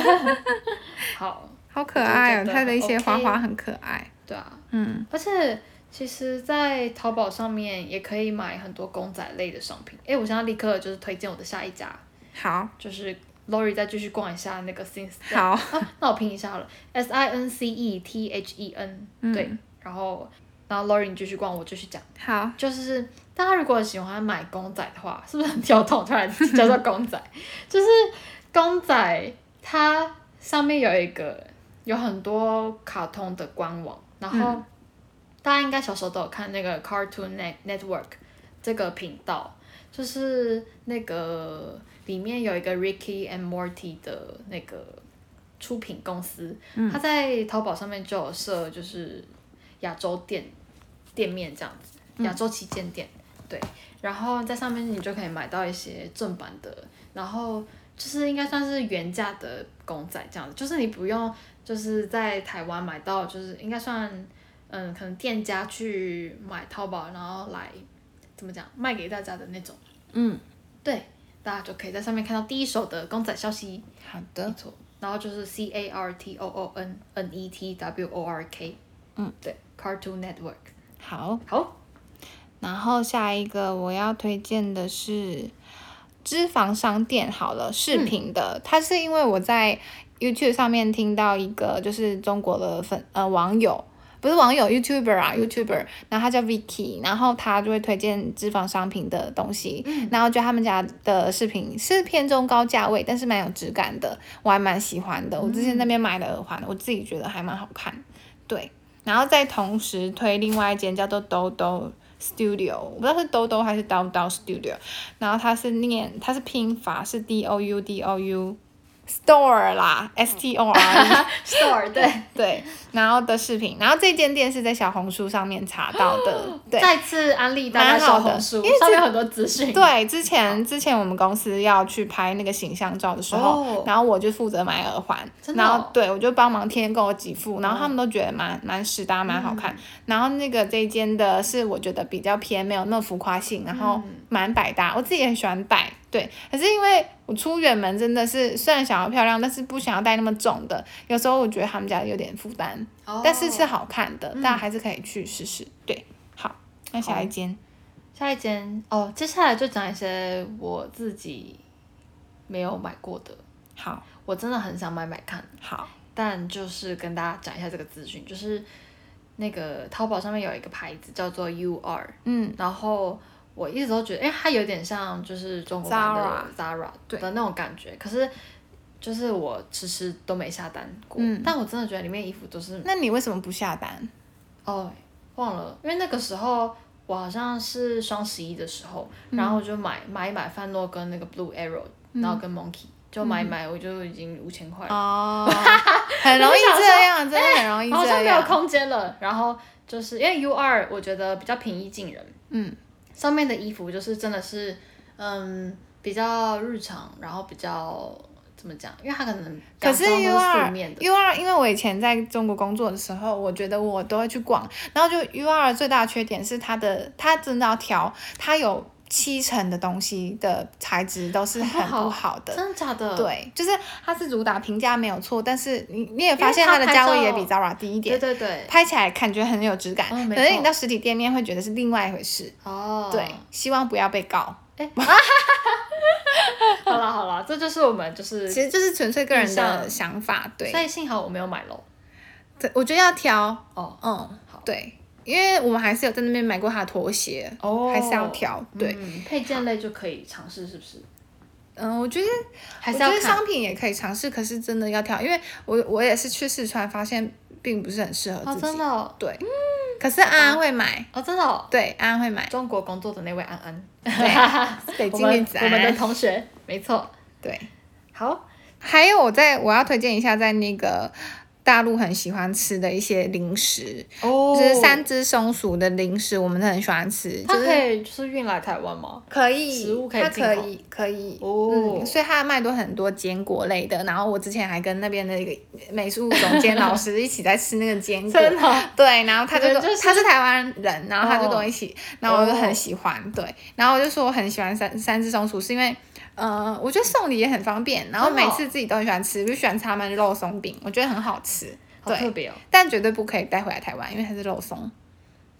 S2: (laughs)
S1: 好，
S2: 好可爱
S1: 我
S2: 哦，
S1: 就觉得
S2: 它的一些
S1: OK
S2: 花花很可爱，
S1: 对啊，
S2: 嗯，
S1: 而且其实，在淘宝上面也可以买很多公仔类的商品。哎，我现在立刻就是推荐我的下一家，
S2: 好，
S1: 就是 Lori 再继续逛一下那个 Since Then。
S2: 好，
S1: 啊，那我拼一下好了，S I N C E T H E N，、对，然后然后 Lori 你继续逛，我继续讲，
S2: 好，
S1: 就是大家如果喜欢买公仔的话，是不是很跳痛？突然叫做公仔， (laughs) 就是公仔它上面有一个有很多卡通的官网，然后、大家应该小时候都有看那个 Cartoon Net Network 这个频道，就是那个里面有一个 Ricky and Morty 的那个出品公司，它在淘宝上面就有设就是亚洲店店面这样子，亚洲旗舰店，对，然后在上面你就可以买到一些正版的，然后就是应该算是原价的公仔这样子，就是你不用就是在台湾买到，就是应该算嗯，可能店家去买淘宝，然后来怎么讲卖给大家的那种，
S2: 嗯，
S1: 对，大家就可以在上面看到第一手的公仔消息。
S2: 好
S1: 没
S2: 的，
S1: 错，然后就是 C A R T O O N N E T W O R K，
S2: 嗯，
S1: 对，Cartoon Network， (laughs)
S2: 好，
S1: 好，
S2: 然后下一个我要推荐的是脂肪商店，好了，饰品的，它是因为我在 YouTube 上面听到一个就是中国的粉呃网友。不是网友 YouTuber 啊，YouTuber，然后他叫 Vicky，然后他就会推荐脂肪商品的东西，然后觉得他们家的饰品是偏中高价位，但是蛮有质感的，我还蛮喜欢的。我之前那边买的耳环，我自己觉得还蛮好看，对。然后再同时推另外一间叫做兜兜 Studio，我不知道是兜兜还是叨叨 Studio，然后它是念它是拼法是 D O U D O U Store 啦，S T O R
S1: (laughs)
S2: E。
S1: store 对，
S2: 对，然后的视频，然后这间店是在小红书上面查到的，对。
S1: 再次安利大家
S2: 蛮好
S1: 小
S2: 的
S1: 红书
S2: 因为
S1: 上面有很多资讯，
S2: 对，之前之前我们公司要去拍那个形象照的时候
S1: 哦
S2: 然后我就负责买耳环，
S1: 真的
S2: 然
S1: 哦嗯
S2: 后对我就帮忙添购了几副，然后他们都觉得蛮蛮实搭，蛮好看。然后那个这一间的是我觉得比较偏没有那么浮夸性，然后
S1: 嗯
S2: 蛮百搭，我自己也很喜欢戴。对，可是因为我出远门真的是虽然想要漂亮，但是不想要戴那么重的，有时候我觉得他们家有点负担。
S1: 哦嗯
S2: 但是是好看的，大家还是可以去试试。对，好，那下一间，
S1: 下一间哦，接下来就讲一些我自己没有买过的，
S2: 好
S1: 我真的很想买买看，
S2: 好，
S1: 但就是跟大家讲一下这个资讯，就是那个淘宝上面有一个牌子叫做 UR，
S2: 嗯，
S1: 然后我一直都觉得，哎、它有点像就是中国版的 Zara
S2: 对
S1: 的那种感觉，可是就是我迟迟都没下单过，
S2: 嗯
S1: 但我真的觉得里面衣服都是
S2: 那你为什么不下单？
S1: 哦，忘了，因为那个时候我好像是双十一的时候，
S2: 嗯
S1: 然后我就买买一买范诺跟那个 Blue Arrow，、然后跟 Monkey 就买一
S2: 嗯
S1: 买，我就已经五千块了，
S2: 哦， (laughs) 很容易这样，真的很容易
S1: 好像
S2: 这
S1: 没有
S2: 样。
S1: 空间了。然后就是因为 U 二，我觉得比较平易近人，
S2: 嗯，
S1: 上面的衣服就是真的是，嗯，比较日常，然后比较怎么讲，因为它可能
S2: 可是
S1: 洋
S2: U
S1: 装都是
S2: 二
S1: 素面的，
S2: U 二，因为我以前在中国工作的时候，我觉得我都会去逛，然后就 U 二最大的缺点是它的，它真的要挑，它有七成的东西的材质都是
S1: (laughs)
S2: 很不好的，
S1: 真的假的？
S2: 对，就是它是主打平价没有错，但是你你也发现
S1: 因为
S2: 它
S1: 它
S2: 的价位
S1: 拍照
S2: 也比 Zara 低一点
S1: 对，对对，
S2: 拍起来感觉很有质感，
S1: 嗯没
S2: 可是
S1: 错
S2: 你到实体店面会觉得是另外一回事。
S1: 哦，
S2: 对，希望不要被告，
S1: (laughs) 好了好了，这就是我们就是
S2: 其实就是纯粹个人
S1: 印象
S2: 的想法。对
S1: 所，以幸好我没有买喽。
S2: 对我觉得要挑，
S1: 哦
S2: 嗯
S1: 好，
S2: 对，因为我们还是有在那边买过他的拖鞋，
S1: 哦
S2: 还是要挑。对，
S1: 嗯配件类就可以尝试，是不是？
S2: 嗯，我觉得
S1: 还是
S2: 我
S1: 要
S2: 觉得
S1: 看
S2: 商品也可以尝试，可是真的要挑，因为我我也是去试穿，发现并不是很适合
S1: 哦，
S2: 自
S1: 真
S2: 己。
S1: 的哦，
S2: 对，可是安安会买，
S1: 哦真的哦，
S2: 对，安安会买，
S1: 中国工作的那位安安，(laughs)
S2: 对，北
S1: 我
S2: 京女
S1: 们
S2: 子
S1: 我们的
S2: 安安，
S1: 同学，没错。
S2: 对。
S1: 好，
S2: 还有我在我要推荐一下，在那个大陆很喜欢吃的一些零食，
S1: 哦
S2: 就是三只松鼠的零食，我们都很喜欢吃，
S1: 它
S2: 就是
S1: 可以就是运来台湾吗？
S2: 可以，
S1: 食物可以
S2: 它
S1: 进口
S2: 可以可以
S1: 哦
S2: 嗯，所以它卖多很多坚果类的。然后我之前还跟那边的一个美术总监老师一起在吃那个坚果。
S1: (laughs) 真的，哦
S2: 对，然后他就
S1: 可能
S2: 说
S1: 就是
S2: 他是台湾人，然后他就跟我一起，然后我就很
S1: 哦
S2: 喜欢，对，然后我就说我很喜欢三三只松鼠，是因为，呃，我觉得送礼也很方便，然后
S1: 真的
S2: 每
S1: 哦
S2: 次自己都很喜欢吃，我就喜欢吃他们的肉松饼，我觉得很好吃，
S1: 好特
S2: 对，
S1: 别哦。
S2: 但绝对不可以带回来台湾，因为它是肉松，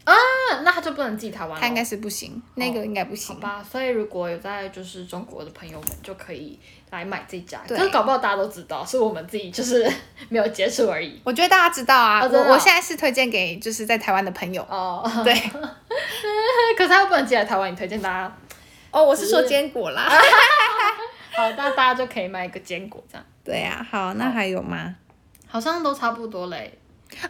S1: 那那他就不能寄台湾了，
S2: 它应该是不行，那
S1: 哦
S2: 个应该不
S1: 好
S2: 行，
S1: 吧。所以如果有在就是中国的朋友们，就可以来买这家。
S2: 对
S1: 就是搞不好大家都知道，是我们自己就是 (laughs) 没有接触而已。
S2: 我觉得大家知道啊，
S1: 哦真的
S2: 我我
S1: 哦
S2: 现在是推荐给就是在台湾的朋友，
S1: 哦，
S2: (laughs) 对，
S1: (laughs) 可是他又不能寄来台湾，你推荐大家。
S2: 哦，我是说
S1: 只是
S2: 坚果
S1: 啊
S2: 啦，
S1: 好，那大家就可以买一个坚果这样，
S2: 对呀、好，那还有吗？
S1: 好像都差不多嘞。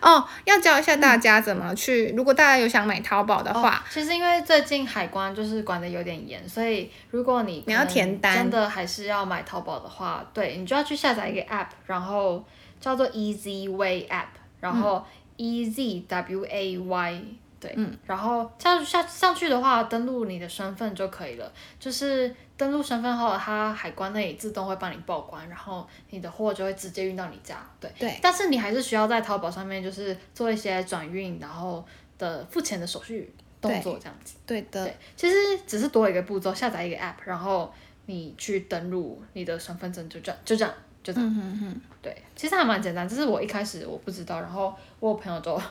S2: 哦，要教一下大家怎么去，如果大家有想买淘宝的话。
S1: 哦其实因为最近海关就是管的有点严，所以如果你
S2: 你要
S1: 可能
S2: 填单
S1: 真的还是要买淘宝的话，对你就要去下载一个 app，然后叫做 Easy Way App，然后 E Z W A Y。对，
S2: 嗯
S1: 然后下下上去的话，登录你的身份就可以了。就是登录身份后，它海关那里自动会帮你报关，然后你的货就会直接运到你家。对，
S2: 对
S1: 但是你还是需要在淘宝上面就是做一些转运，然后的付钱的手续动作这样子。
S2: 对的，
S1: 对，其实只是多一个步骤，下载一个 app，然后你去登录你的身份证，就这样，就这样，就这样。
S2: 嗯哼哼，
S1: 对，其实还蛮简单，这是我一开始我不知道，然后我有朋友就 (laughs)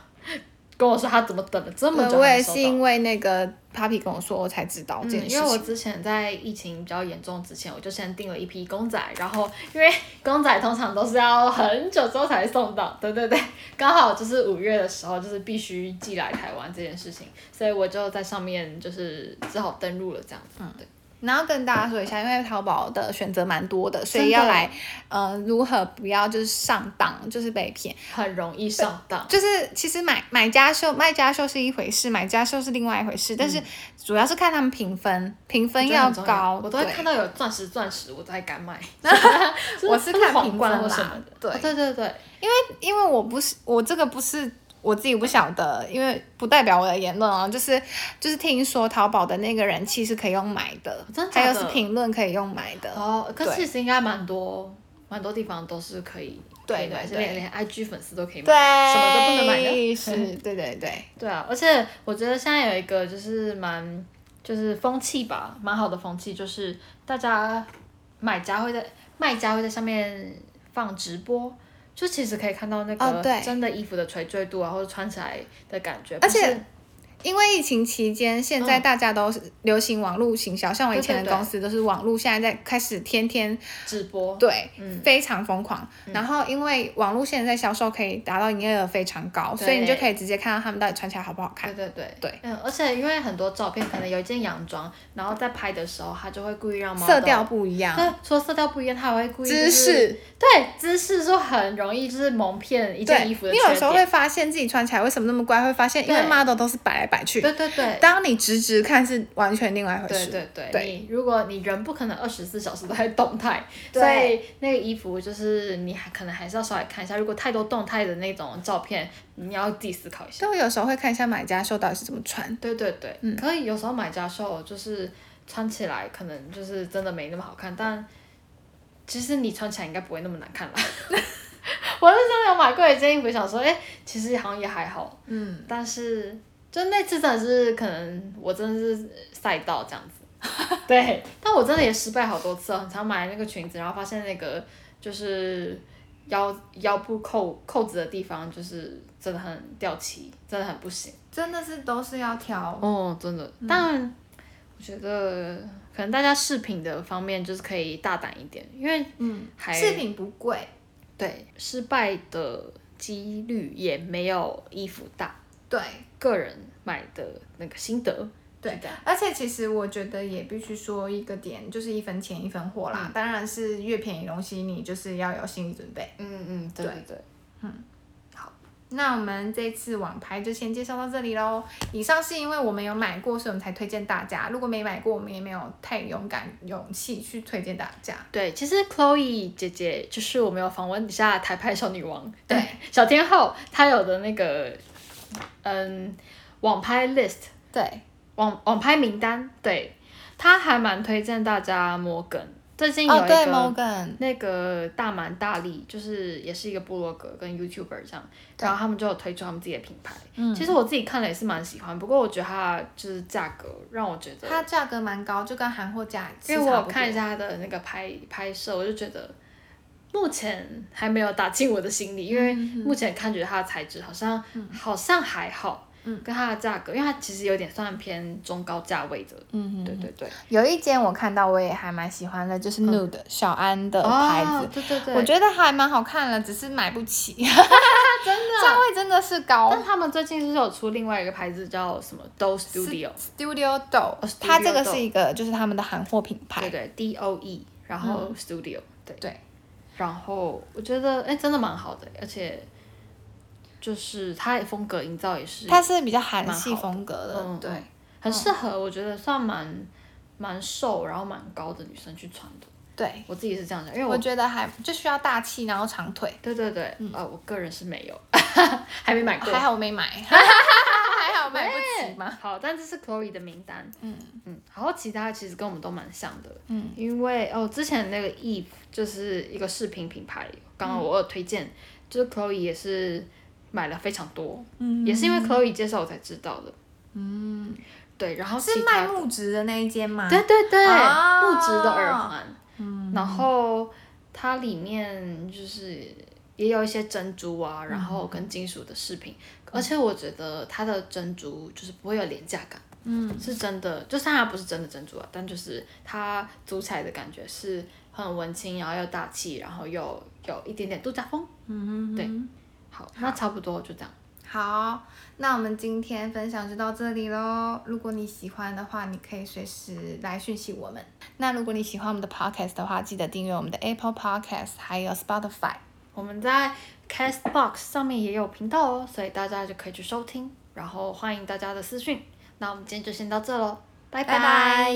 S3: 跟我说他怎么等了这么久
S2: 对我
S3: 才
S2: 也
S3: 收
S2: 是
S3: 到。
S2: 因为那个 Papi 跟我说，我才知道这
S1: 嗯，
S2: 件事
S1: 因
S2: 情。
S1: 为我之前在疫情比较严重之前，我就先订了一批公仔，然后因为公仔通常都是要很久之后才送到，对对对，刚好就是五月的时候，就是必须寄来台湾这件事情，所以我就在上面就是只好登录了这样子，嗯，对，
S2: 然后跟大家说一下，因为淘宝的选择蛮多的，所
S1: 真
S2: 以
S1: 的
S2: 要来，呃，如何不要就是上当，就是被骗。
S1: 很容易上当，
S2: 就是其实买买家秀、卖家秀是一回事，买家秀是另外一回事，但
S1: 嗯
S2: 是主要是看他们评分，评分
S1: 我觉得很重
S2: 高。
S1: 我都会
S2: 对
S1: 看到有钻石钻石，我才敢
S2: (laughs)
S1: 买，
S2: 我是
S1: 就是
S2: 看
S1: 皇
S2: 评
S1: 冠
S2: 分
S1: 或
S2: 啦
S1: 什么的，
S2: 对
S1: 哦对对对，
S2: 因为我不是我这个不是我自己不晓得，因为不代表我的言论哦，就是就是听说淘宝的那个人气是可以用买的，
S1: 真的假
S2: 还
S1: 的
S2: 有是评论可以用买的。
S1: 哦，可是
S2: 对
S1: 其实应该蛮多蛮多地方都是可以，
S2: 对
S1: 可以买
S2: 对
S1: 连
S2: 对
S1: 连 IG 粉丝都可以买，
S2: 对，
S1: 什么都不能买的。 (laughs)
S2: 是，对对对，
S1: 对啊，而且我觉得现在有一个就是蛮就是风气吧，蛮好的风气，就是大家买家会在卖家会在上面放直播。就其实可以看到那
S2: 哦
S1: 个
S2: 对
S1: 真的衣服的垂坠度啊，或者穿起来的感觉，
S2: 而且
S1: 不是
S2: 因为疫情期间，现在
S1: 嗯
S2: 大家都是流行网络行销，像我以前
S1: 对
S2: 的
S1: 对对
S2: 公司都是网络，现在在开始天天
S1: 直播，
S2: 对，
S1: 嗯
S2: 非常疯狂。然后因为网络现在销售可以达到营业额非常高，所以你就
S1: 对
S2: 可以直接看到他们到底穿起来好不好看
S1: 对。对对
S2: 对，
S1: 嗯，而且因为很多照片可能有一件洋装，然后在拍的时候，他就会故意让 model
S2: 色调不一样，
S1: 对，除了色调不一样，他还会故意、就是、
S2: 姿势，
S1: 对姿势就很容易就是蒙骗一件
S2: 对，
S1: 衣服的
S2: 你
S1: 缺
S2: 有时候会
S1: 点。
S2: 发现自己穿起来为什么那么乖，会发现因为
S1: 对
S2: model 都是摆来摆去，
S1: 对对对。
S2: 当你直直看是完全另外一回
S1: 对
S2: 事。
S1: 对对，
S2: 对
S1: 你如果你人不可能二十四小时都在动态，
S2: 对
S1: 所以那个衣服就是你还可能还是要稍微看一下。如果太多动态的那种照片，你要自己思考一下。
S2: 所以我有时候会看一下买家秀到底是怎么穿。
S1: 对对对，可以有时候买家秀就是穿起来可能就是真的没那么好看，但其实你穿起来应该不会那么难看啦。我是真的有买过一件衣服，想说，哎、其实好像也还好，
S2: 嗯，
S1: 但是就那次真的是可能我真的是赛道这样子，对，但我真的也失败好多次哦，很常买那个裙子，然后发现那个就是腰腰部扣扣子的地方就是真的很掉漆，真的很不行。
S2: 真的是都是要挑。
S1: 哦，真的，但我觉得可能大家饰品的方面就是可以大胆一点，因为
S2: 嗯
S1: 还
S2: 品不贵，
S1: 对失败的几率也没有衣服大。
S2: 对，
S1: 个人买的那个心得，
S2: 对
S1: 是的，
S2: 而且其实我觉得也必须说一个点，就是一分钱一分货啦。当然是越便宜的东西，你就是要有心理准备。
S1: 嗯嗯，对对对，
S2: 那我们这次网拍就先介绍到这里喽。以上是因为我们有买过，所以我们才推荐大家。如果没买过，我们也没有太勇敢勇气去推荐大家。
S1: 对，其实 Chloe 姐姐就是我们有访问一下台派小女王，
S2: 对，
S1: (laughs) 小天后，她有的那个，嗯，网拍 list
S2: 对，
S1: 网网拍名单，对，他还蛮推荐大家摩根。最近有一
S2: 哦
S1: 个、
S2: 对，Morgan，
S1: 那个大蛮大力，就是也是一个部落格跟 YouTuber 这样，
S2: 对嗯
S1: 然后他们就有推出他们自己的品牌。其实我自己看了也是蛮喜欢，不过我觉得它就是价格让我觉得，
S2: 它价格蛮高，就跟韩货价是
S1: 因为我
S2: 差
S1: 有
S2: 不
S1: 看一
S2: 多，
S1: 下它的那个拍拍摄，我就觉得目前还没有打进我的心里，因
S2: 嗯
S1: 为目前看觉得它的材质好像、好像还好，
S2: 嗯
S1: 跟它的价格，因为它其实有点算偏中高价位的，
S2: 嗯
S1: 对对对，
S2: 有一间我看到我也还蛮喜欢的，就是 Nude、小安的牌子，
S1: 哦，对对对，啊
S2: 我觉得还蛮好看的，只是买不起，
S1: 真的。
S2: 价位真的是高
S1: 但。他们最近是不是有出另外一个牌子叫什么 Do Studio，
S2: Studio Doll，、
S1: 哦，Studio
S2: 它这个
S1: Doll
S2: 是一个就是他们的韩货品牌
S1: 对，
S2: 嗯
S1: 对 D O E，然后 Studio，、对
S2: 对。
S1: 然后我觉得哎、真的蛮好的，而且就是它的风格营造也是，
S2: 它是比较韩
S1: 蛮好
S2: 系
S1: 的
S2: 风格的，
S1: 嗯
S2: 对。
S1: 很适合，我觉得算蛮蛮瘦然后蛮高的女生去穿的，
S2: 对，
S1: 我自己是这样想，因为
S2: 我
S1: 我。
S2: 觉得还就需要大气，然后长腿。
S1: 对对对，
S2: 嗯
S1: 呃，我个人是没有， (laughs) 还没买过。
S2: 还好我
S1: (laughs)
S2: 没买，还好买不起嘛。
S1: 好，但这是 Chloe 的名单。
S2: 嗯
S1: 嗯，然后其他其实跟我们都蛮像的。
S2: 嗯，
S1: 因为哦，之前那个 Eve 就是一个饰品品牌，刚
S2: 嗯
S1: 刚我有推荐，就是 Chloe 也是买了非常多，
S2: 嗯
S1: 也是因为 Chloe 介绍我才知道的。
S2: 嗯，
S1: 对，然后其
S2: 是
S1: 他
S2: 卖木质的那一间吗？
S1: 对对对，
S2: 啊
S1: 木质的耳环，
S2: 嗯，
S1: 然后它里面就是也有一些珍珠啊，然后跟金属的饰品，而且我觉得它的珍珠就是不会有廉价感，嗯，是真的，就算它不是真的珍珠啊，但就是它组起来的感觉是很文青，然后又大气，然后又有一点点度假风，嗯对，好，那差不多就这样，
S2: 好，那我们今天分享就到这里喽。如果你喜欢的话，你可以随时来讯息我们。那如果你喜欢我们的 podcast 的话，记得订阅我们的 Apple Podcast 还有 Spotify。
S1: 我们在 Castbox 上面也有频道哦，所以大家就可以去收听，然后欢迎大家的私讯，那我们今天就先到这喽，拜
S2: 拜拜。